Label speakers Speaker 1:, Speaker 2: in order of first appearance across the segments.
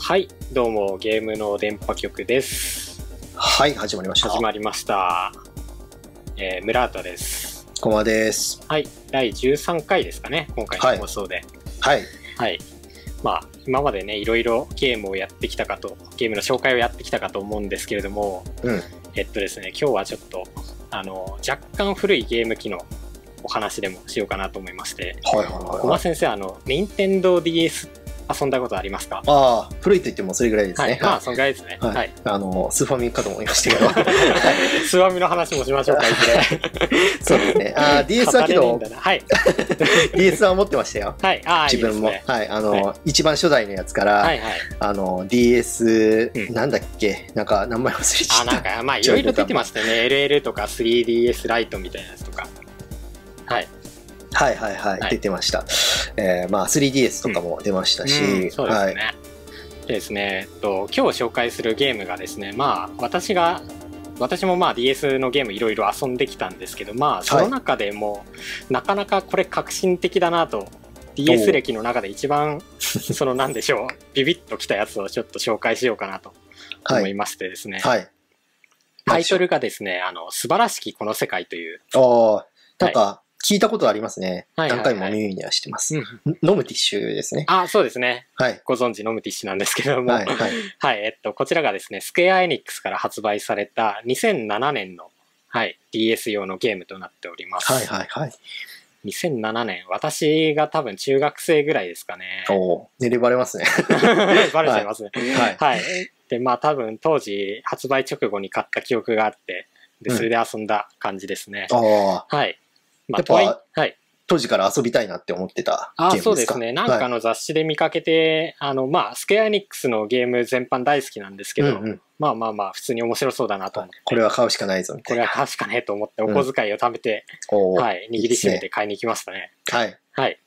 Speaker 1: はい、どうもゲームの電波局です。
Speaker 2: はい、始まりました。
Speaker 1: 始まりました。えー、村田です。
Speaker 2: こまです。
Speaker 1: はい、第13回ですかね、今回の放送で。
Speaker 2: はい。
Speaker 1: はい。まあ、今までね、いろいろゲームをやってきたかと、ゲームの紹介をやってきたかと思うんですけれども、
Speaker 2: うん
Speaker 1: えっとですね、今日はちょっと、あの、若干古いゲーム機のお話でもしようかなと思いまして、
Speaker 2: はいはい
Speaker 1: 小
Speaker 2: はい、は
Speaker 1: 間
Speaker 2: い。
Speaker 1: 先生、あの、任天堂 DS 遊んだことありますか
Speaker 2: ああ、古いと言ってもそれぐらいです
Speaker 1: は
Speaker 2: ね。
Speaker 1: い、まあ、そのぐらいですね。
Speaker 2: はい
Speaker 1: はい
Speaker 2: あの、スーファミかと思いましたけど。
Speaker 1: スワミの話もしましょうか、いずれ。
Speaker 2: そうですね。ああ、DS はけ
Speaker 1: 語れねえん
Speaker 2: ど
Speaker 1: だ、なはい。
Speaker 2: DS は持ってましたよ。
Speaker 1: はい。ああ、いい
Speaker 2: 自
Speaker 1: です
Speaker 2: 分も。
Speaker 1: ね。
Speaker 2: はい。あの、
Speaker 1: は
Speaker 2: 一番初代のやつから、
Speaker 1: はいはい。
Speaker 2: あの、DS、
Speaker 1: うん
Speaker 2: なんだっけなんか、名前忘れちゃ
Speaker 1: あ、
Speaker 2: っ
Speaker 1: なん
Speaker 2: た。
Speaker 1: か、まあ、いろいろ出てましたね。LL とか 3DS ライトみたいなやつとか。はい。
Speaker 2: はいはいはい、
Speaker 1: はい
Speaker 2: 出てました。えー、まあ、3DS とかも出ましたし、
Speaker 1: うんそうです
Speaker 2: はい。
Speaker 1: ね。でですね、えっと、今日紹介するゲームがですね、まあ、私が、私もまあ DS のゲームいろいろ遊んできたんですけど、まあ、その中でも、なかなかこれ革新的だなと、DS 歴の中で一 番、そのなんでしょう、ビビッときたやつをちょっと紹介しようかなと
Speaker 2: は
Speaker 1: 思い
Speaker 2: い。
Speaker 1: ましてですね、
Speaker 2: はい。
Speaker 1: タイトルがですね、あの、素晴らしきこの世界という、
Speaker 2: ああ、なんか、聞いたことありますね。
Speaker 1: はいはい
Speaker 2: 何
Speaker 1: はい
Speaker 2: 回も耳にはしてます。飲むティッシュですね。
Speaker 1: あ、そうですね。
Speaker 2: はい。
Speaker 1: ご存知のムティッシュなんですけども、は、
Speaker 2: はいい。はい。
Speaker 1: えっと、こちらがですね、スクエアエニックスから発売された2007年の、はい、DS 用のゲームとなっております。
Speaker 2: はい。はい。はい。
Speaker 1: 2007年、私が多分中学生ぐらいですかね。
Speaker 2: おおー、寝ればれますね。
Speaker 1: バレちゃいますね。
Speaker 2: はい。
Speaker 1: はい。で、まあ多分当時発売直後に買った記憶があって、で、
Speaker 2: うん
Speaker 1: それで遊んだ感じですね。
Speaker 2: ああ、
Speaker 1: はい。まあ、
Speaker 2: やっぱ
Speaker 1: とはいはい。
Speaker 2: 当時から遊びたいなって思ってたゲーム
Speaker 1: あ
Speaker 2: ですか
Speaker 1: そうですね。なんかあの雑誌で見かけて、あの、まあ、スクエアエニックスのゲーム全般大好きなんですけ
Speaker 2: はい
Speaker 1: ど、
Speaker 2: うんうん、
Speaker 1: まあまあまあ、普通に面白そうだなと思って、
Speaker 2: これは買うしかないぞみた
Speaker 1: こ
Speaker 2: い
Speaker 1: れ
Speaker 2: な。
Speaker 1: は確かねと思って、お
Speaker 2: うん
Speaker 1: 小遣いを貯めて、
Speaker 2: おー
Speaker 1: はい、握りしめて買いに行きましたね。
Speaker 2: はい。
Speaker 1: はい。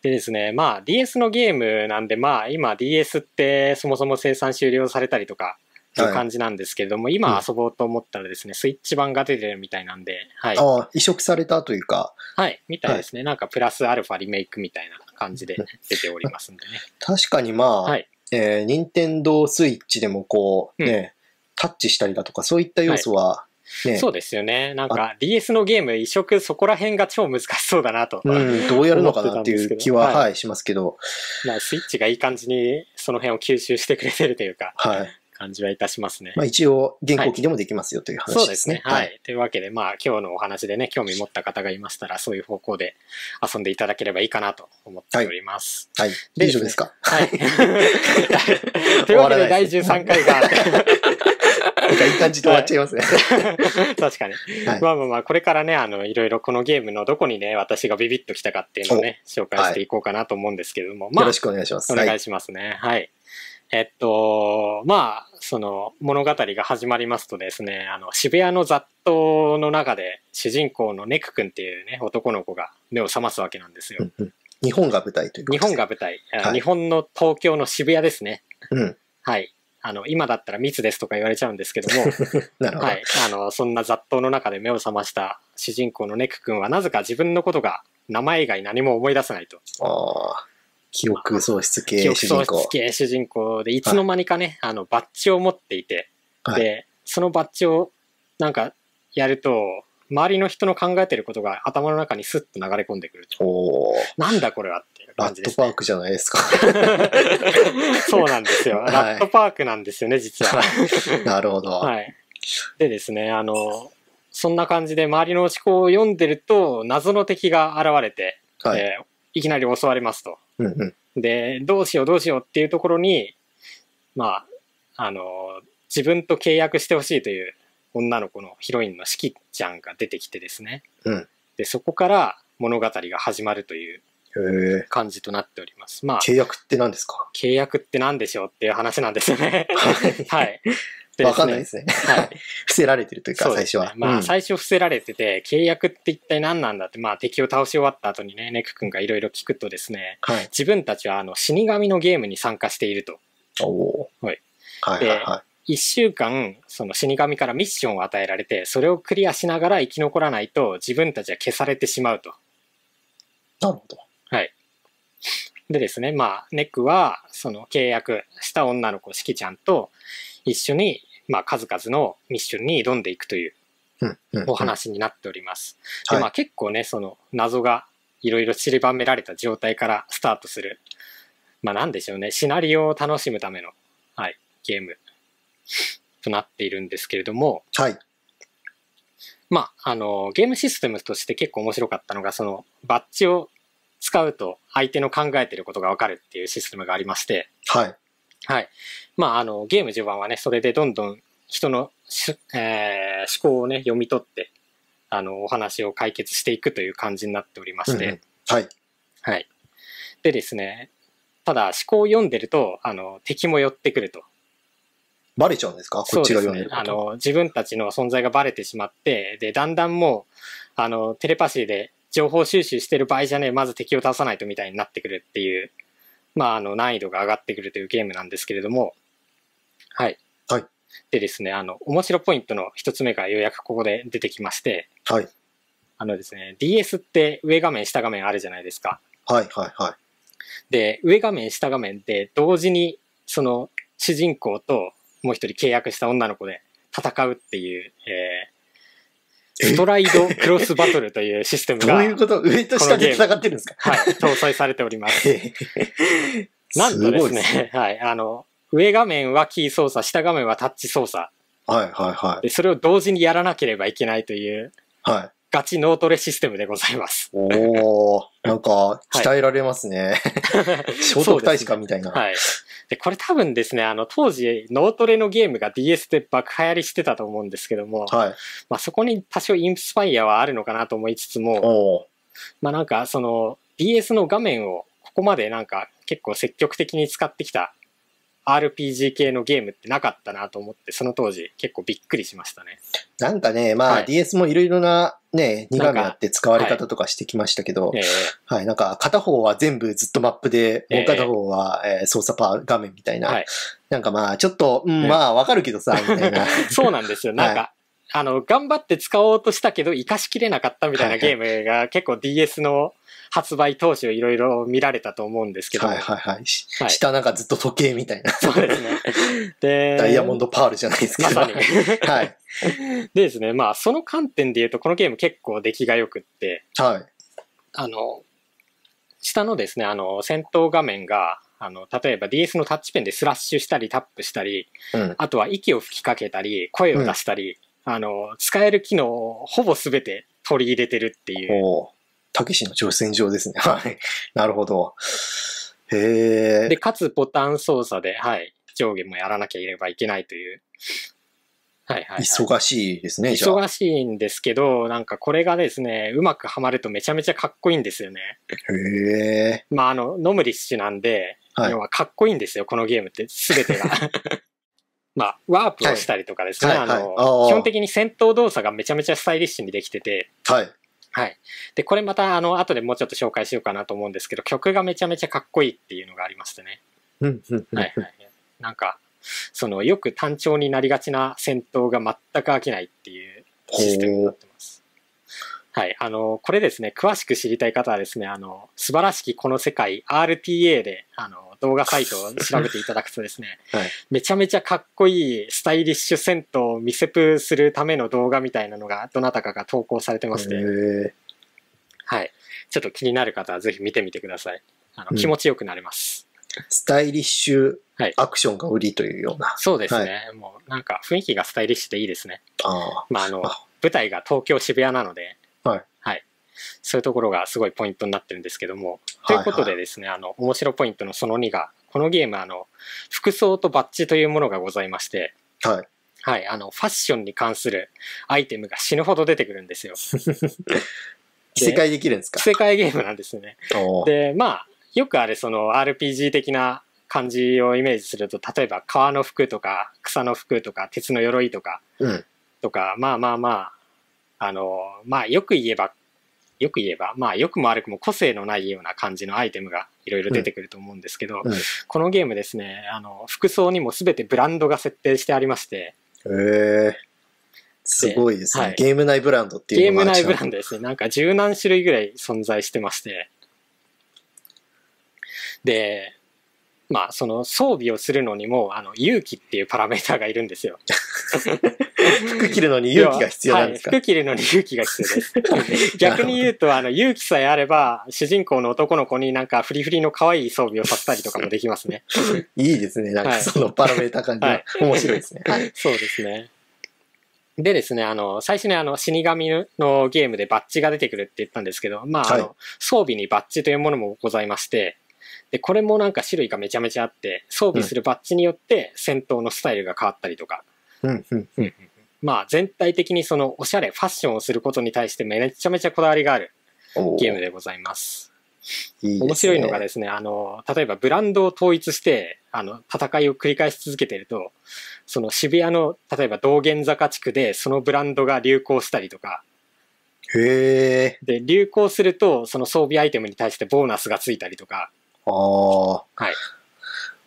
Speaker 1: でですね、まあ、DS のゲームなんで、まあ、今 DS ってそもそも生産終了されたりとか、いう
Speaker 2: はい
Speaker 1: 感じなんですけれども、今遊ぼうと思ったらですね、スイッチ版が出てるみたいなんで、はい。
Speaker 2: ああ、移植されたというか、
Speaker 1: はい、みたいですね。なんかプラスアルファリメイクみたいな感じで出ておりますんでね。
Speaker 2: 確かにまあ、
Speaker 1: はい
Speaker 2: えー、任天堂スイッチでもこう、
Speaker 1: うん
Speaker 2: ね、タッチしたりだとか、そういった要素は、ね、
Speaker 1: そうですよね。なんか DS のゲーム移植そこら辺が超難しそうだなと。
Speaker 2: うん、どうやるのかなって
Speaker 1: 思ってたん
Speaker 2: い
Speaker 1: ですけど
Speaker 2: う気は、
Speaker 1: はい
Speaker 2: はい、しますけど、
Speaker 1: まあスイッチがいい感じにその辺を吸収してくれてるというか、
Speaker 2: はい。
Speaker 1: 感じはいたしますね。
Speaker 2: まあ一応、現行機でもできますよという
Speaker 1: そう
Speaker 2: 話
Speaker 1: で
Speaker 2: ですす
Speaker 1: ね
Speaker 2: ね。。
Speaker 1: はい。。というわけで、まあ今日のお話でね、興味持った方がいましたら、そういう方向で遊んでいただければいいかなと思っております。
Speaker 2: はい。
Speaker 1: で
Speaker 2: 以上ですか。
Speaker 1: はい。という わけで、第13回 が、
Speaker 2: なんかいい感じで終わっちゃいますね。
Speaker 1: 確かに。
Speaker 2: はい
Speaker 1: まあまあまあ、これからね、あの、いろいろこのゲームのどこにね、私がビビッときたかっていうのをね、紹介していこうかなと思うんですけども、ま あ
Speaker 2: よろ、しくお願いします。
Speaker 1: お
Speaker 2: は
Speaker 1: 願い
Speaker 2: い。
Speaker 1: しますね。はい。えっと、まあ、その物語が始まりますとですね、あの、渋谷の雑踏の中で主人公のネク君っていうね、男の子が目を覚ますわけなんですよ。
Speaker 2: うんうん日本が舞台ということ
Speaker 1: 日
Speaker 2: です
Speaker 1: 本が舞台、あ
Speaker 2: はい
Speaker 1: 日本の東京の渋谷ですね。
Speaker 2: うん。
Speaker 1: はい。あの、今だったら密ですとか言われちゃうんですけ ども、
Speaker 2: なるほど。
Speaker 1: はい。あの、そんな雑踏の中で目を覚ました主人公のネク君はなぜか自分のことが名前以外何も思い出せないと。
Speaker 2: ああ、記憶喪失系
Speaker 1: 記憶
Speaker 2: 主
Speaker 1: 喪
Speaker 2: 人公
Speaker 1: 失。系主人公でいつの間にかね、あのバッジを持っていて、
Speaker 2: はい
Speaker 1: でそのバッジをなんかやると周りの人の考えてることが頭の中にスッと流れ込んでくると
Speaker 2: おお、
Speaker 1: なんだこれはっていう
Speaker 2: ラ
Speaker 1: 感じで
Speaker 2: ット
Speaker 1: す
Speaker 2: パークじゃないですか。
Speaker 1: そうなんですよ、
Speaker 2: はい
Speaker 1: ラットパークなんですよね実は
Speaker 2: なるほど。
Speaker 1: はいでですねあのそんな感じで周りの思考を読んでると謎の敵が現れて、
Speaker 2: はい。
Speaker 1: えーいきなり襲われますと
Speaker 2: うんうん。
Speaker 1: で、どうしようどうしようっていうところに、まあ、あの、自分と契約してほしいという女の子のヒロインのしきちゃんが出てきてですね。
Speaker 2: うん
Speaker 1: で、そこから物語が始まるという
Speaker 2: へえ。
Speaker 1: 感じとなっております。まあ、
Speaker 2: 契約って何ですか
Speaker 1: 契約って何でしょうっていう話なんですよ ね。
Speaker 2: は
Speaker 1: はい。で
Speaker 2: わかんないですすね。
Speaker 1: ね。はい。
Speaker 2: 伏せられてるというか、
Speaker 1: そう
Speaker 2: 最
Speaker 1: です
Speaker 2: 初
Speaker 1: ね
Speaker 2: は。
Speaker 1: ま
Speaker 2: うん
Speaker 1: あ、最初伏せられてて、契約って一体何なんだって、まあ、敵を倒し終わった後にね、ネク君がいろいろ聞くとですね、
Speaker 2: はい。
Speaker 1: 自分たちはあの死神のゲームに参加していると。
Speaker 2: おお。
Speaker 1: はい。
Speaker 2: はいはいは
Speaker 1: 一週間、その死神からミッションを与えられて、それをクリアしながら生き残らないと、自分たちは消されてしまうと。
Speaker 2: い。なるほど。
Speaker 1: でですね、まあ、ネックは、その契約した女の子、しきちゃんと一緒に、まあ、数々のミッションに挑んでいくという
Speaker 2: うんうんうん
Speaker 1: お話になっております。
Speaker 2: はい
Speaker 1: で、まあ、結構ね、その謎がいろいろ散りばめられた状態からスタートする、まあ、なんでしょうね、シナリオを楽しむための、はい、ゲームとなっているんですけれども、
Speaker 2: はい。
Speaker 1: まあ、あの、ゲームシステムとして結構面白かったのが、その、バッジを使うと相手の考えてることがわかるっていうシステムがありまして、
Speaker 2: はい。
Speaker 1: はい。まあ、あの、ゲーム序盤はね、それでどんどん人のし、えー思考をね、読み取って、あの、お話を解決していくという感じになっておりまして、
Speaker 2: うんうんはい。
Speaker 1: はい。でですね、ただ思考を読んでると、あの、敵も寄ってくると。
Speaker 2: バレちゃうんですかこっちが読ん
Speaker 1: そう
Speaker 2: でる
Speaker 1: ですねあ
Speaker 2: こと。
Speaker 1: の自分たちの存在がバレてしまってでだんだんもうあのテレパシーで情報収集してる場合じゃねえまず敵を倒さないとみたいになってくるっていう、まあ、あの難易度が上がってくるというゲームなんですけれどもはい、
Speaker 2: はい、
Speaker 1: でですねあの面白ポイントの一つ目がようやくここで出てきまして
Speaker 2: はい。
Speaker 1: あのですね DS って上画面下画面あるじゃないですか
Speaker 2: はい。はい。はい。
Speaker 1: で上画面下画面で同時にその主人公ともう一人契約した女の子で戦うっていう、えーストライドクロスバトルというシステム
Speaker 2: ど
Speaker 1: が
Speaker 2: ういうこと上と下で繋がってるんですか
Speaker 1: はい、搭載されており ます。 なんと
Speaker 2: ご
Speaker 1: で
Speaker 2: い
Speaker 1: すね。はい、あの上画面はキー操作下画面はタッチ操作
Speaker 2: はい。はい。は
Speaker 1: でそれを同時にやらなければいけないという
Speaker 2: い。はい。
Speaker 1: ガチ脳トレシステムでございます。
Speaker 2: おー、なんか、鍛えられます ね。聖徳太子かみたいな。
Speaker 1: はい。で、これ多分ですね、あの、当時、脳トレのゲームが DS で爆流行りしてたと思うんですけども、
Speaker 2: はい。
Speaker 1: まあ、そこに多少インスパイアはあるのかなと思いつつも、
Speaker 2: おー。
Speaker 1: まあ、なんかその DS の画面をここまでなんか結構積極的に使ってきた RPG 系のゲームってなかったなと思ってその当時結構びっくりしましたね。
Speaker 2: なんかね、ま
Speaker 1: は
Speaker 2: あ
Speaker 1: い
Speaker 2: DS もいろいろなね、2画面あって使われ
Speaker 1: なんか
Speaker 2: 方とかしてきましたけど
Speaker 1: え、え
Speaker 2: はい、なんか片方は全部ずっとマップで、
Speaker 1: ええ
Speaker 2: もう片方はえー操作パー画面みたい
Speaker 1: は。
Speaker 2: ないなんかまあちょっと、うん
Speaker 1: ね
Speaker 2: まあわかるけどさ、み たいな。
Speaker 1: そうなんですよ。なんか、あの頑張って使おうとしたけど活かしきれなかったみたいな
Speaker 2: はいは
Speaker 1: ゲームが結構 DS の発売当初いろいろ見られたと思うんですけど、
Speaker 2: はいはいはい。し
Speaker 1: はい
Speaker 2: 下なんかずっと時計みたいな。
Speaker 1: そうですね。 で、
Speaker 2: ダイヤモンドパールじゃないですけ
Speaker 1: ま
Speaker 2: ど。
Speaker 1: さに。
Speaker 2: はい。はい。
Speaker 1: でですね、まあ、その観点で言うと、このゲーム結構出来が良くって、あの、下のですね、あの、戦闘画面が、あの、例えば DS のタッチペンでスラッシュしたりタップしたり、
Speaker 2: うん。
Speaker 1: あとは息を吹きかけたり、声を出したり、あの、使える機能をほぼ全て取り入れてるっていう。
Speaker 2: おーたけしの挑戦状ですね。 はい。なるほど。へ
Speaker 1: で、
Speaker 2: え。
Speaker 1: かつボタン操作で、はい、上下もやらなければいけないという。はいはい、はい。
Speaker 2: 忙しいですね、じゃあ。
Speaker 1: 忙しいんですけど、なんかこれがですね、うまくはまるとめちゃめちゃかっこいいんですよね。
Speaker 2: へえ。
Speaker 1: まあ、あの、ノムリッシュなんで、
Speaker 2: はい
Speaker 1: 要はかっこいいんですよ、このゲームって、すべて が。まあ、ワープをしたりとかですね、
Speaker 2: はいはい
Speaker 1: あの、
Speaker 2: はいあー
Speaker 1: 基本的に戦闘動作がめちゃめちゃスタイリッシュにできてて、
Speaker 2: はい。
Speaker 1: はい。で、これまた、あの、後でもうちょっと紹介しようかなと思うんですけど、曲がめちゃめちゃかっこいいっていうのがありましてね。
Speaker 2: うん、うん、うん。
Speaker 1: はいはい。なんか、その、よく単調になりがちな戦闘が全く飽きないっていうシステムになってます。はい。あの、これですね、詳しく知りたい方はですね、あの、素晴らしきこの世界 RTA で、あの、動画サイトを調べていただくとです ね、
Speaker 2: はい
Speaker 1: めちゃめちゃかっこいいスタイリッシュ戦闘を見せプするための動画みたいなのが、どなたかが投稿されてまして、
Speaker 2: へえ
Speaker 1: はい。ちょっと気になる方はぜひ見てみてください。あ
Speaker 2: う
Speaker 1: の
Speaker 2: ん
Speaker 1: 気持ちよくなれます。
Speaker 2: スタイリッシュ
Speaker 1: はい
Speaker 2: アクションが売りというような。
Speaker 1: そうですね、もうなんか雰囲気がスタイリッシュでいいですね。
Speaker 2: あ
Speaker 1: まあ、あの
Speaker 2: あ
Speaker 1: 舞台が東京渋谷なので、
Speaker 2: はい
Speaker 1: そういうところがすごいポイントになってるんですけども。
Speaker 2: あ
Speaker 1: ということでですね、あの面白ポイントのその2が、このゲームあの、服装とバッジというものがございまして、
Speaker 2: はいはい。
Speaker 1: はい、あのファッションに関するアイテムが死ぬほど出てくるんですよ。
Speaker 2: 着せ替えできるんですか
Speaker 1: 着せ替えゲームなんですよね。
Speaker 2: おー
Speaker 1: でまあよくあるその RPG 的な感じをイメージすると例えば革の服とか草の服とか鉄の鎧とか
Speaker 2: うん。
Speaker 1: とかまあまあまああのまあよく言えばよく言えばまあよくも悪くも個性のないような感じのアイテムがいろいろ出てくると思うんですけど、
Speaker 2: うんうん
Speaker 1: このゲームですねあの服装にも全てブランドが設定してありまして
Speaker 2: へえ。すごいですね、
Speaker 1: はい
Speaker 2: ゲーム内ブランドってい
Speaker 1: ゲ
Speaker 2: う
Speaker 1: ー
Speaker 2: の
Speaker 1: ム
Speaker 2: が
Speaker 1: 内ブランドですねなんか十何種類ぐらい存在してましてで、まあ、その装備をするのにも、あの、勇気っていうパラメーターがいるんですよ。
Speaker 2: 服着るのに勇気が必要なんですか
Speaker 1: はい、服着るのに勇気が必要です。逆に言うと、あの、勇気さえあれば、主人公の男の子になんかフリフリの可愛い装備をさせたりとかもできますね。
Speaker 2: いいですね。なんか
Speaker 1: はい
Speaker 2: そのパラメータ感
Speaker 1: は
Speaker 2: が
Speaker 1: い
Speaker 2: 面白いですね。はい。
Speaker 1: そうですね。でですね、あの、最初にあの、死神のゲームでバッジが出てくるって言ったんですけど、まあ、あの、
Speaker 2: はい
Speaker 1: 装備にバッジというものもございまして、で、これもなんか種類がめちゃめちゃあって、装備するバッジによって戦闘のスタイルが変わったりとか、
Speaker 2: うんうんうん。
Speaker 1: まあ、全体的にその、おしゃれ、ファッションをすることに対してめちゃめちゃこだわりがある
Speaker 2: お
Speaker 1: ゲームでございます。
Speaker 2: いいですね
Speaker 1: 面白いのがですね、あの、例えばブランドを統一して、あの、戦いを繰り返し続けてると、その渋谷の、例えば道玄坂地区でそのブランドが流行したりとか、
Speaker 2: へえ。
Speaker 1: で、流行すると、その装備アイテムに対してボーナスがついたりとか、
Speaker 2: ああ。
Speaker 1: はい。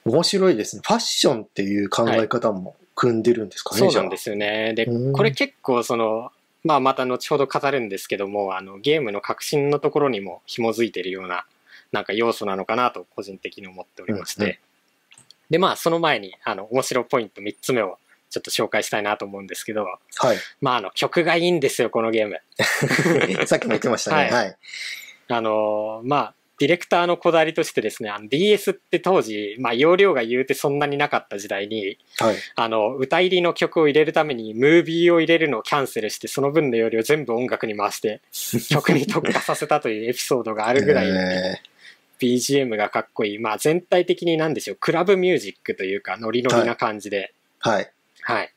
Speaker 2: 面白いですね。ファッションっていう考え方も組んでるんですかね、
Speaker 1: そう
Speaker 2: じゃ
Speaker 1: な
Speaker 2: あ
Speaker 1: んですよね。で
Speaker 2: うん、
Speaker 1: これ結構その、まあまた後ほど語るんですけども、あの、ゲームの革新のところにも紐づいてるような、なんか要素なのかなと個人的に思っておりまして。
Speaker 2: うんうん
Speaker 1: で、まあその前に、あの、面白ポイント3つ目をちょっと紹介したいなと思うんですけど、
Speaker 2: はい。
Speaker 1: まああの、曲がいいんですよ、このゲーム。
Speaker 2: さっきも言ってましたね。はい。
Speaker 1: あのーまあ、ディレクターのこだわりとしてですね、あの DS って当時、まあ、容量が言うてそんなになかった時代に、
Speaker 2: はい。
Speaker 1: あの、歌入りの曲を入れるために、ムービーを入れるのをキャンセルして、その分の容量を全部音楽に回して、 曲に特化させたというエピソードがあるぐらい、
Speaker 2: え
Speaker 1: BGM がかっこいい。まあ、全体的になんでしょう、クラブミュージックというか、ノリノリな感じで、
Speaker 2: ーはい。
Speaker 1: はい。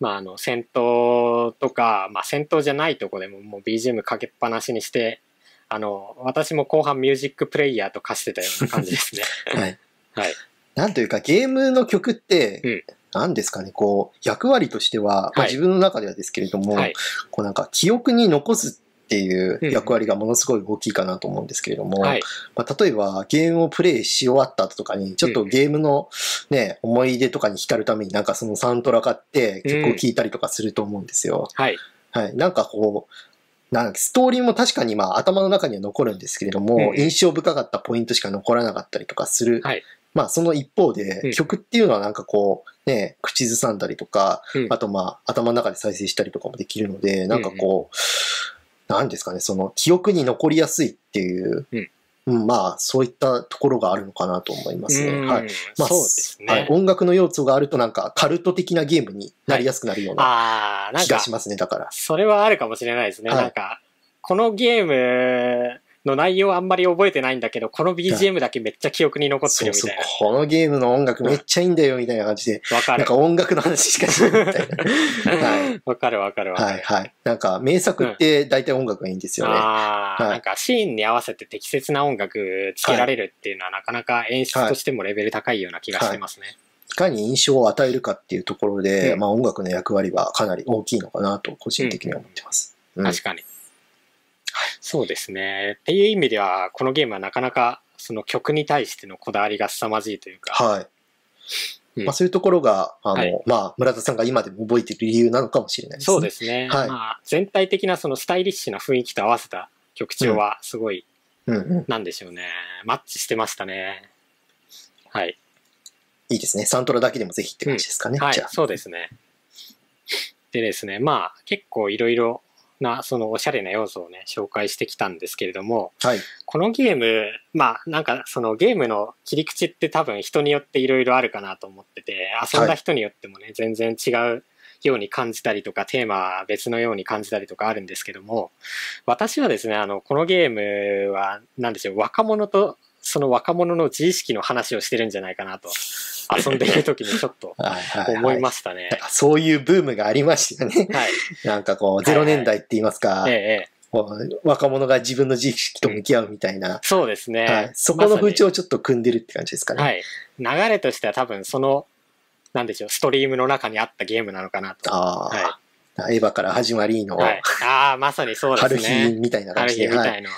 Speaker 1: まあ、あの、戦闘とか、まあ、戦闘じゃないとこでも、もう BGM かけっぱなしにして、あの、私も後半ミュージックプレイヤーと化してたような感じですね。
Speaker 2: はい。
Speaker 1: はい。
Speaker 2: なんというか、ゲームの曲って、
Speaker 1: うん
Speaker 2: なんですかね、こう、役割としては、まあ
Speaker 1: はい
Speaker 2: 自分の中ではですけれども、
Speaker 1: はい。
Speaker 2: こうなんか、記憶に残すっていう役割がものすごい大きいかなと思うんですけれども、
Speaker 1: はい。
Speaker 2: まあ、例えばゲームをプレイし終わった後とかに、ちょっとゲームのね、思い出とかに浸るためになんかそのサントラ買って曲を聴いたりとかすると思うんですよ。
Speaker 1: はい。
Speaker 2: はい。なんかこう、なんかストーリーも確かにまあ頭の中には残るんですけれども、
Speaker 1: うん
Speaker 2: 印象深かったポイントしか残らなかったりとかする。
Speaker 1: はい
Speaker 2: まあその一方
Speaker 1: う
Speaker 2: で
Speaker 1: ん
Speaker 2: 曲っていうのはなんかこうね、口ずさんだりとか、
Speaker 1: うん
Speaker 2: あとまあ頭の中で再生したりとかもできるので、なんかこう、なんですかね、その記憶に残りやすいっていう、
Speaker 1: うん
Speaker 2: うんまあそういったところがあるのかなと思いますね。
Speaker 1: うん
Speaker 2: はい。まあ、
Speaker 1: そうですね。
Speaker 2: はい音楽の要素があるとなんかカルト的なゲームになりやすくなるような
Speaker 1: ああ、なん
Speaker 2: 気が
Speaker 1: か
Speaker 2: し、ますね、だから。
Speaker 1: それはあるかもしれないですね。
Speaker 2: はい
Speaker 1: なんか、このゲームの内容あんまり覚えてないんだけど、この BGM だけめっちゃ記憶に残って
Speaker 2: そ
Speaker 1: る
Speaker 2: う
Speaker 1: み
Speaker 2: そう
Speaker 1: たいな。、
Speaker 2: このゲームの音楽めっちゃいいんだよ、みたいな感じで、
Speaker 1: わか
Speaker 2: なん
Speaker 1: る。
Speaker 2: か音楽の話しかしない みたいな。はい。
Speaker 1: わかるわかるわか
Speaker 2: は
Speaker 1: る
Speaker 2: い、。はい。なんか、名作って大体音楽がいいんですよね。
Speaker 1: ああ、
Speaker 2: はい
Speaker 1: なんかシーンに合わせて適切な音楽つけられるっていうのは、なかなか演出としてもレベル高いような気がしてますね。
Speaker 2: いかに印象を与えるかっていうところで、
Speaker 1: うん
Speaker 2: まあ音楽の役割はかなり大きいのかなと、個人的には思ってます。うん
Speaker 1: 確かに。そうですね。っていう意味では、このゲームはなかなかその曲に対してのこだわりが凄まじいというか、
Speaker 2: はい。
Speaker 1: うん
Speaker 2: まあそういうところが、あの、
Speaker 1: はい
Speaker 2: まあ村田さんが今でも覚えてる理由なのかもしれないですね。
Speaker 1: そうですね。
Speaker 2: はい
Speaker 1: まあ、全体的なそのスタイリッシュな雰囲気と合わせた曲調はすごい、
Speaker 2: うんうん。
Speaker 1: なんでしょうね。マッチしてましたね。はい。
Speaker 2: いいですね。サントラだけでもぜひって感じですかね。
Speaker 1: はい
Speaker 2: じゃあ、。
Speaker 1: そうですね。でですね、まあ結構いろいろなそのおしゃれな要素をね、紹介してきたんですけれども、
Speaker 2: はい。
Speaker 1: このゲーム、まあなんかそのゲームの切り口って多分人によっていろいろあるかなと思ってて、遊んだ人によってもね、全然違うように感じたりとか、テーマは別のように感じたりとかあるんですけども、私はですね、あの、このゲームは、なんでしょう、若者と、その若者の自意識の話をしてるんじゃないかなと、遊んでいる時にちょっと
Speaker 2: はい はい、はい。
Speaker 1: 思いましたね
Speaker 2: なん。かそういうブームがありましたよね。
Speaker 1: はい。
Speaker 2: なんかこう、
Speaker 1: はいは
Speaker 2: 0
Speaker 1: い
Speaker 2: 年代って言いますか、
Speaker 1: ええ、
Speaker 2: こう若者が自分の自意識と向き合うみたいな、
Speaker 1: そうですね。
Speaker 2: はい、そこの風潮
Speaker 1: ま
Speaker 2: をちょっと組んでるって感じですか
Speaker 1: さに
Speaker 2: ね。
Speaker 1: はい。流れとしては多分その、なんでしょう、ストリームの中にあったゲームなのかなと。
Speaker 2: あ
Speaker 1: は
Speaker 2: あ、エヴァから始まりの、
Speaker 1: い。はい、ああ、まさにそう
Speaker 2: 春
Speaker 1: です
Speaker 2: 日
Speaker 1: ね。
Speaker 2: みたいな感
Speaker 1: 春
Speaker 2: じ
Speaker 1: 日
Speaker 2: で、
Speaker 1: み
Speaker 2: は
Speaker 1: た
Speaker 2: い
Speaker 1: いの。
Speaker 2: は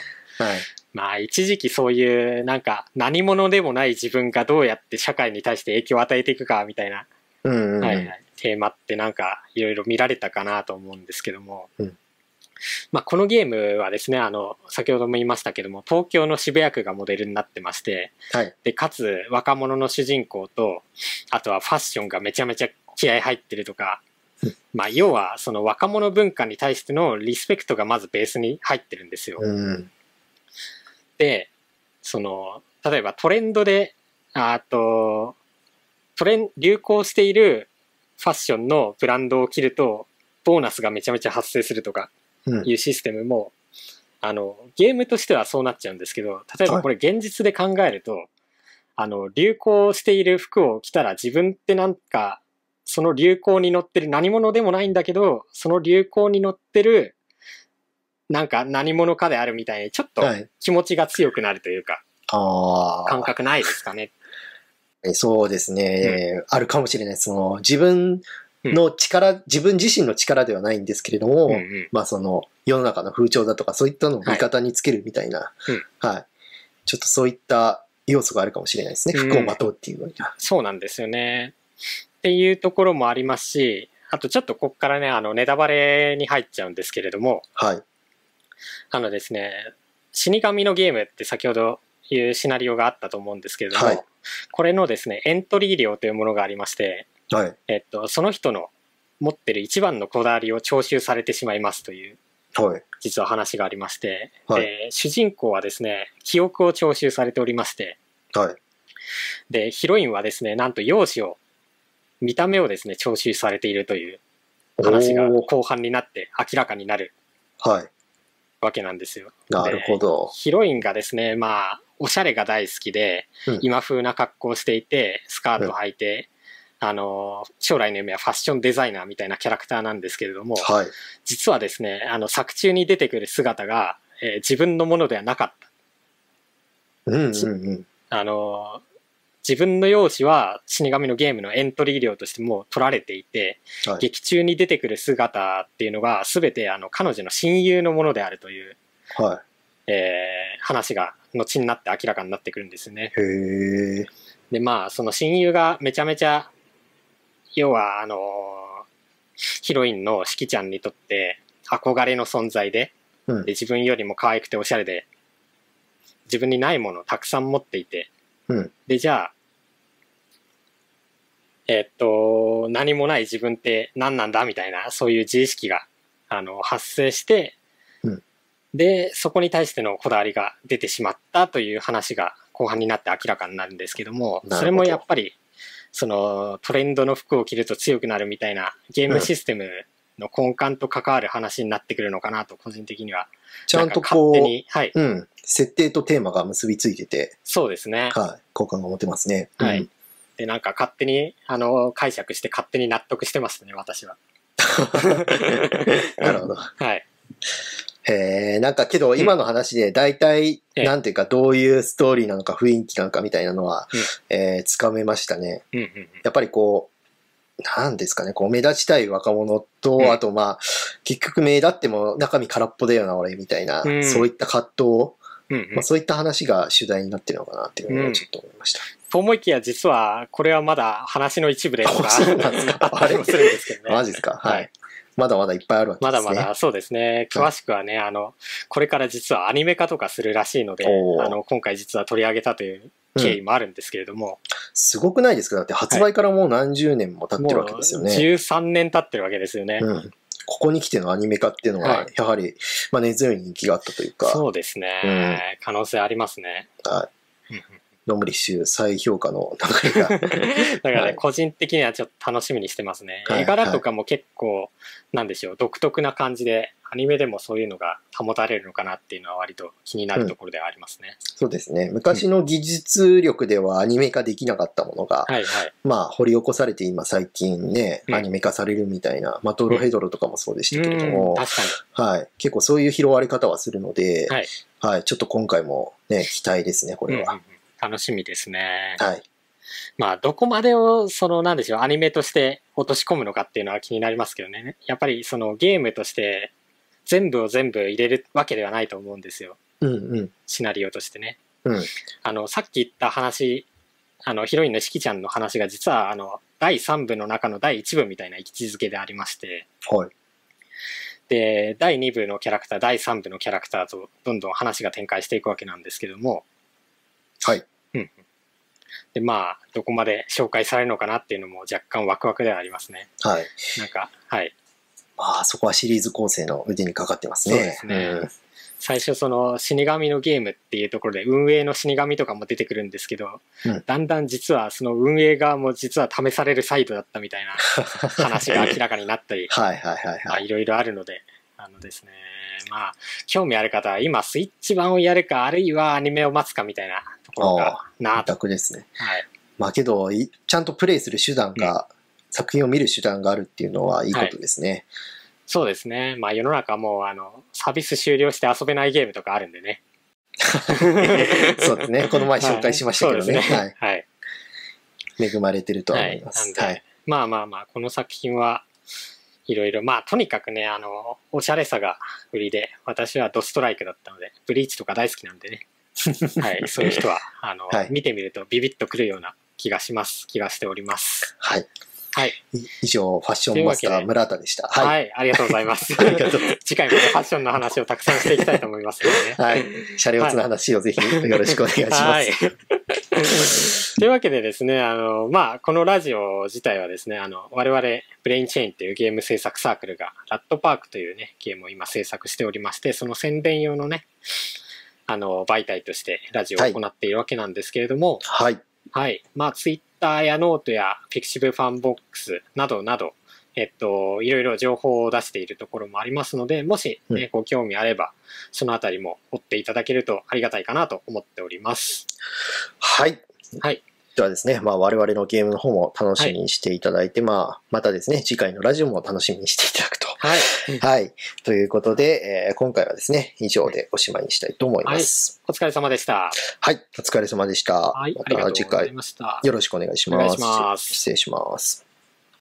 Speaker 2: い
Speaker 1: まあ、一時期そういう、なんか、何者でもない自分がどうやって社会に対して影響を与えていくか、みたいな、
Speaker 2: うんうんうん
Speaker 1: はいはい、テーマってなんか、いろいろ見られたかなと思うんですけども、
Speaker 2: うん
Speaker 1: まあ、このゲームはですね、あの、先ほども言いましたけども、東京の渋谷区がモデルになってまして、
Speaker 2: はい。
Speaker 1: で、かつ若者の主人公と、あとはファッションがめちゃめちゃ気合入ってるとか
Speaker 2: うん、
Speaker 1: まあ、要はその若者文化に対してのリスペクトがまずベースに入ってるんですよ。
Speaker 2: うん。
Speaker 1: で、その、例えばトレンドで、あと、トレン、流行しているファッションのブランドを着ると、ボーナスがめちゃめちゃ発生するとか
Speaker 2: うん
Speaker 1: い。うシステムも、あの、ゲームとしてはそうなっちゃうんですけど、例えばこれ現実で考えると、あの、流行している服を着たら自分ってなんか、その流行に乗ってる何者でもないんだけど、その流行に乗ってる、なんか何者かであるみたいに、ちょっと
Speaker 2: はい。
Speaker 1: 気持ちが強くなるというか、
Speaker 2: ああ。
Speaker 1: 感覚ないですかね。
Speaker 2: そうですね、あるかもしれない。その自分の力、自分自身の力ではないんですけれども、
Speaker 1: うんうん
Speaker 2: まあその世の中の風潮だとかそういったのを味方につけるみたいな、
Speaker 1: いうん
Speaker 2: はい。ちょっとそういった要素があるかもしれないですね。
Speaker 1: うん
Speaker 2: 服をまとうっていうのには。
Speaker 1: そうなんですよね。っていうところもありますし、あとちょっとここからね、あの、ネタバレに入っちゃうんですけれども、
Speaker 2: はい。
Speaker 1: あのですね、死神のゲームって先ほどいうシナリオがあったと思うんですけれども、
Speaker 2: はい
Speaker 1: これのですね、エントリー料というものがありまして、
Speaker 2: はい。
Speaker 1: えっと、その人の持ってる一番のこだわりを徴収されてしまいますという、
Speaker 2: はい。
Speaker 1: 実は話がありまして、
Speaker 2: はい
Speaker 1: で主人公はですね、記憶を徴収されておりまして、
Speaker 2: はい。
Speaker 1: で、ヒロインはですね、なんと容姿を、見た目をですね、徴収されているという話が
Speaker 2: おー
Speaker 1: 後半になって明らかになる
Speaker 2: はい。
Speaker 1: わけなんですよ。
Speaker 2: なるほど。
Speaker 1: ヒロインがですね、まあ、おしゃれが大好きで、
Speaker 2: うん
Speaker 1: 今風な格好をしていて、スカートを履いて、あの、将来の夢はファッションデザイナーみたいなキャラクターなんですけれども、
Speaker 2: はい。
Speaker 1: 実はですね、あの、作中に出てくる姿が、えー自分のものではなかった。
Speaker 2: うんうんうん。
Speaker 1: あの、自分の容姿は死神のゲームのエントリー料としてもう取られていて、
Speaker 2: はい。
Speaker 1: 劇中に出てくる姿っていうのが全てあの彼女の親友のものであるという、
Speaker 2: は
Speaker 1: えー話が後になって明らかになってくるんですよね。
Speaker 2: い。へえ。
Speaker 1: で、まあ、その親友がめちゃめちゃ、要はあの、ヒロインのしきちゃんにとって憧れの存在で、
Speaker 2: うん
Speaker 1: で。自分よりも可愛くておしゃれで自分にないものをたくさん持っていて、
Speaker 2: うん
Speaker 1: でじゃあえっと何もない自分って何なんだみたいなそういう自意識があの発生して、
Speaker 2: うん
Speaker 1: でそこに対してのこだわりが出てしまったという話が後半になって明らかになるんですけども
Speaker 2: なるほど
Speaker 1: それもやっぱりそのトレンドの服を着ると強くなるみたいなゲームシステムの根幹と関わる話になってくるのかなと個人的には
Speaker 2: ちゃんと
Speaker 1: なか勝
Speaker 2: こ
Speaker 1: 手
Speaker 2: う、
Speaker 1: に、はい、
Speaker 2: うん。設定とテーマが結びついてて、
Speaker 1: そうですね。
Speaker 2: はい。好感が持てますね。
Speaker 1: はい
Speaker 2: うん
Speaker 1: で、なんか勝手に、あの、解釈して勝手に納得してますね、私は。
Speaker 2: なるほど。
Speaker 1: はい。
Speaker 2: へえ、なんかけど今の話で大体、
Speaker 1: ええ
Speaker 2: なんていうかどういうストーリーなのか雰囲気なのかみたいなのは
Speaker 1: うん、
Speaker 2: えーつかめましたね。
Speaker 1: うんうんうん。
Speaker 2: やっぱりこう、なんですかね、こう目立ちたい若者
Speaker 1: うん
Speaker 2: と、あとまあ、結局目立っても中身空っぽだよな俺みたいな
Speaker 1: う、ん
Speaker 2: そういった葛藤、
Speaker 1: うんう
Speaker 2: まあ
Speaker 1: ん、
Speaker 2: そういった話が主題になってるのかなっていうのをちょっと思いました。
Speaker 1: と思いきや、実は、これはまだ話の一部でとか、
Speaker 2: あそうなんですか
Speaker 1: あったりもするんですけど
Speaker 2: マ
Speaker 1: ね。
Speaker 2: ジですかは
Speaker 1: はい
Speaker 2: い。まだまだいっぱいあるわけ
Speaker 1: ま
Speaker 2: で
Speaker 1: だ
Speaker 2: すね。
Speaker 1: まだ、そうですね。詳しくはね、あの、これから実はアニメ化とかするらしいので、
Speaker 2: おー
Speaker 1: あの、今回実は取り上げたという経
Speaker 2: う
Speaker 1: 緯
Speaker 2: ん
Speaker 1: もあるんですけれども、
Speaker 2: すごくないですかだって発売からもう何十年も経っ
Speaker 1: も
Speaker 2: て
Speaker 1: う
Speaker 2: るわけですよね。
Speaker 1: 13年経ってるわけですよね。
Speaker 2: うん、ここに来てのアニメ化っていうの
Speaker 1: は、
Speaker 2: はいやはり、まあ、根強い人気があったというか、
Speaker 1: そうですね。可能性ありますね。
Speaker 2: は
Speaker 1: うんうん
Speaker 2: い、ノムリッシュ再評価の流れが、
Speaker 1: だからね、
Speaker 2: はい
Speaker 1: 個人的にはちょっと楽しみにしてますね。
Speaker 2: はい
Speaker 1: 絵柄とかも結構、なんでしょう、独特な感じで、アニメでもそういうのが保たれるのかなっていうのは割と気になるところではありますね。
Speaker 2: そうですね、昔の技術力ではアニメ化できなかったものが、
Speaker 1: はいはい。
Speaker 2: まあ、掘り起こされて今最近ね
Speaker 1: う、ん
Speaker 2: アニメ化されるみたいな、まあ、ドロヘドロとかもそうでしたけれど
Speaker 1: うん
Speaker 2: も、
Speaker 1: 確かに。
Speaker 2: はい、結構そういう拾われ方はするので、
Speaker 1: はい
Speaker 2: はい、ちょっと今回もね、期待ですね、これ
Speaker 1: うん
Speaker 2: は
Speaker 1: うん。うん楽しみですね。
Speaker 2: はい、
Speaker 1: まあ、どこまでを、その、なんでしょう、アニメとして落とし込むのかっていうのは気になりますけどね。やっぱり、その、ゲームとして、全部を全部入れるわけではないと思うんですよ。
Speaker 2: うんうん、
Speaker 1: シナリオとしてね。
Speaker 2: うん
Speaker 1: あの、さっき言った話、あの、ヒロインのしきちゃんの話が実は、あの、第3部の中の第1部みたいな位置づけでありまして、
Speaker 2: はい、
Speaker 1: で、第2部のキャラクター、第3部のキャラクターとどんどん話が展開していくわけなんですけども、
Speaker 2: はい。
Speaker 1: うん。で、まあ、どこまで紹介されるのかなっていうのも若干ワクワクではありますね。
Speaker 2: はい。
Speaker 1: なんか、はい。
Speaker 2: まあ、そこはシリーズ構成の腕にかかってます
Speaker 1: そうで
Speaker 2: ね。
Speaker 1: すね。最初その死神のゲームっていうところで運営の死神とかも出てくるんですけど、
Speaker 2: うん
Speaker 1: だんだん実はその運営側も実は試されるサイドだったみたいな話が明らかになったり、
Speaker 2: はいはいはい
Speaker 1: まあ、
Speaker 2: はい。
Speaker 1: いろいろあるので、あのですね、まあ、興味ある方は今スイッチ版をやるか、あるいはアニメを待つかみたいなところ
Speaker 2: あ
Speaker 1: かな
Speaker 2: 二
Speaker 1: と。
Speaker 2: 択ですね。
Speaker 1: はい。
Speaker 2: まあけど、いちゃんとプレイする手段が、作品を見る手段があるっていうのはいいことですね。
Speaker 1: そうですね。まあ世の中もうあの、サービス終了して遊べないゲームとかあるんでね。
Speaker 2: そうですね。この前紹介しましたけどね。
Speaker 1: はいそうです
Speaker 2: はい。
Speaker 1: はい。
Speaker 2: 恵まれてるとは思いま
Speaker 1: は
Speaker 2: す
Speaker 1: い。なん
Speaker 2: は
Speaker 1: で
Speaker 2: い。
Speaker 1: まあまあまあ、この作品はいろいろ、まあとにかくね、あの、おしゃれさが売りで、私はドストライクだったので、ブリーチとか大好きなんで ね。はい、そういう人は、あの、
Speaker 2: はい
Speaker 1: 見てみるとビビッとくるような気がします。気がしております。
Speaker 2: はい。
Speaker 1: はい。
Speaker 2: い以上、ファッションマス
Speaker 1: と
Speaker 2: タ
Speaker 1: いうわけ
Speaker 2: ー
Speaker 1: で
Speaker 2: 村田でした。
Speaker 1: はい、
Speaker 2: はい。
Speaker 1: ありがとうございます。
Speaker 2: ありがとうございま
Speaker 1: 次回もねファッションの話をたくさんしていきたいと思いますのでね。
Speaker 2: はい。シャレオツの話をぜひよろしくお願いしま
Speaker 1: はい
Speaker 2: す。
Speaker 1: というわけでですね、あの、まあ、このラジオ自体はですね、あの、我々、ブレインチェインというゲーム制作サークルが、ラットパークというね、ゲームを今制作しておりまして、その宣伝用のね、あの、媒体としてラジオを行っているわけなんですけれども、
Speaker 2: はい。
Speaker 1: はい。まあ、ツイッターやノートや、ピクシブファンボックスなどなど、えっと、いろいろ情報を出しているところもありますので、もし、ね
Speaker 2: うん
Speaker 1: ご興味あれば、そのあたりも追っていただけるとありがたいかなと思っております。
Speaker 2: はい。
Speaker 1: はい。
Speaker 2: ではですね、まあ我々のゲームの方も楽しみにしていただいて、まあまたですね、次回のラジオも楽しみにしていただくと。
Speaker 1: はい。
Speaker 2: はい。ということで、えー今回はですね、以上でおしまいにしたいと思います。
Speaker 1: お疲れ様でした。
Speaker 2: はい。お疲れ様でした。
Speaker 1: はい。あり
Speaker 2: ま
Speaker 1: がと
Speaker 2: た
Speaker 1: う
Speaker 2: 次
Speaker 1: ござい
Speaker 2: 回
Speaker 1: ました。
Speaker 2: よろしくお願いし
Speaker 1: お願
Speaker 2: ま
Speaker 1: い
Speaker 2: す。
Speaker 1: します
Speaker 2: 失礼します。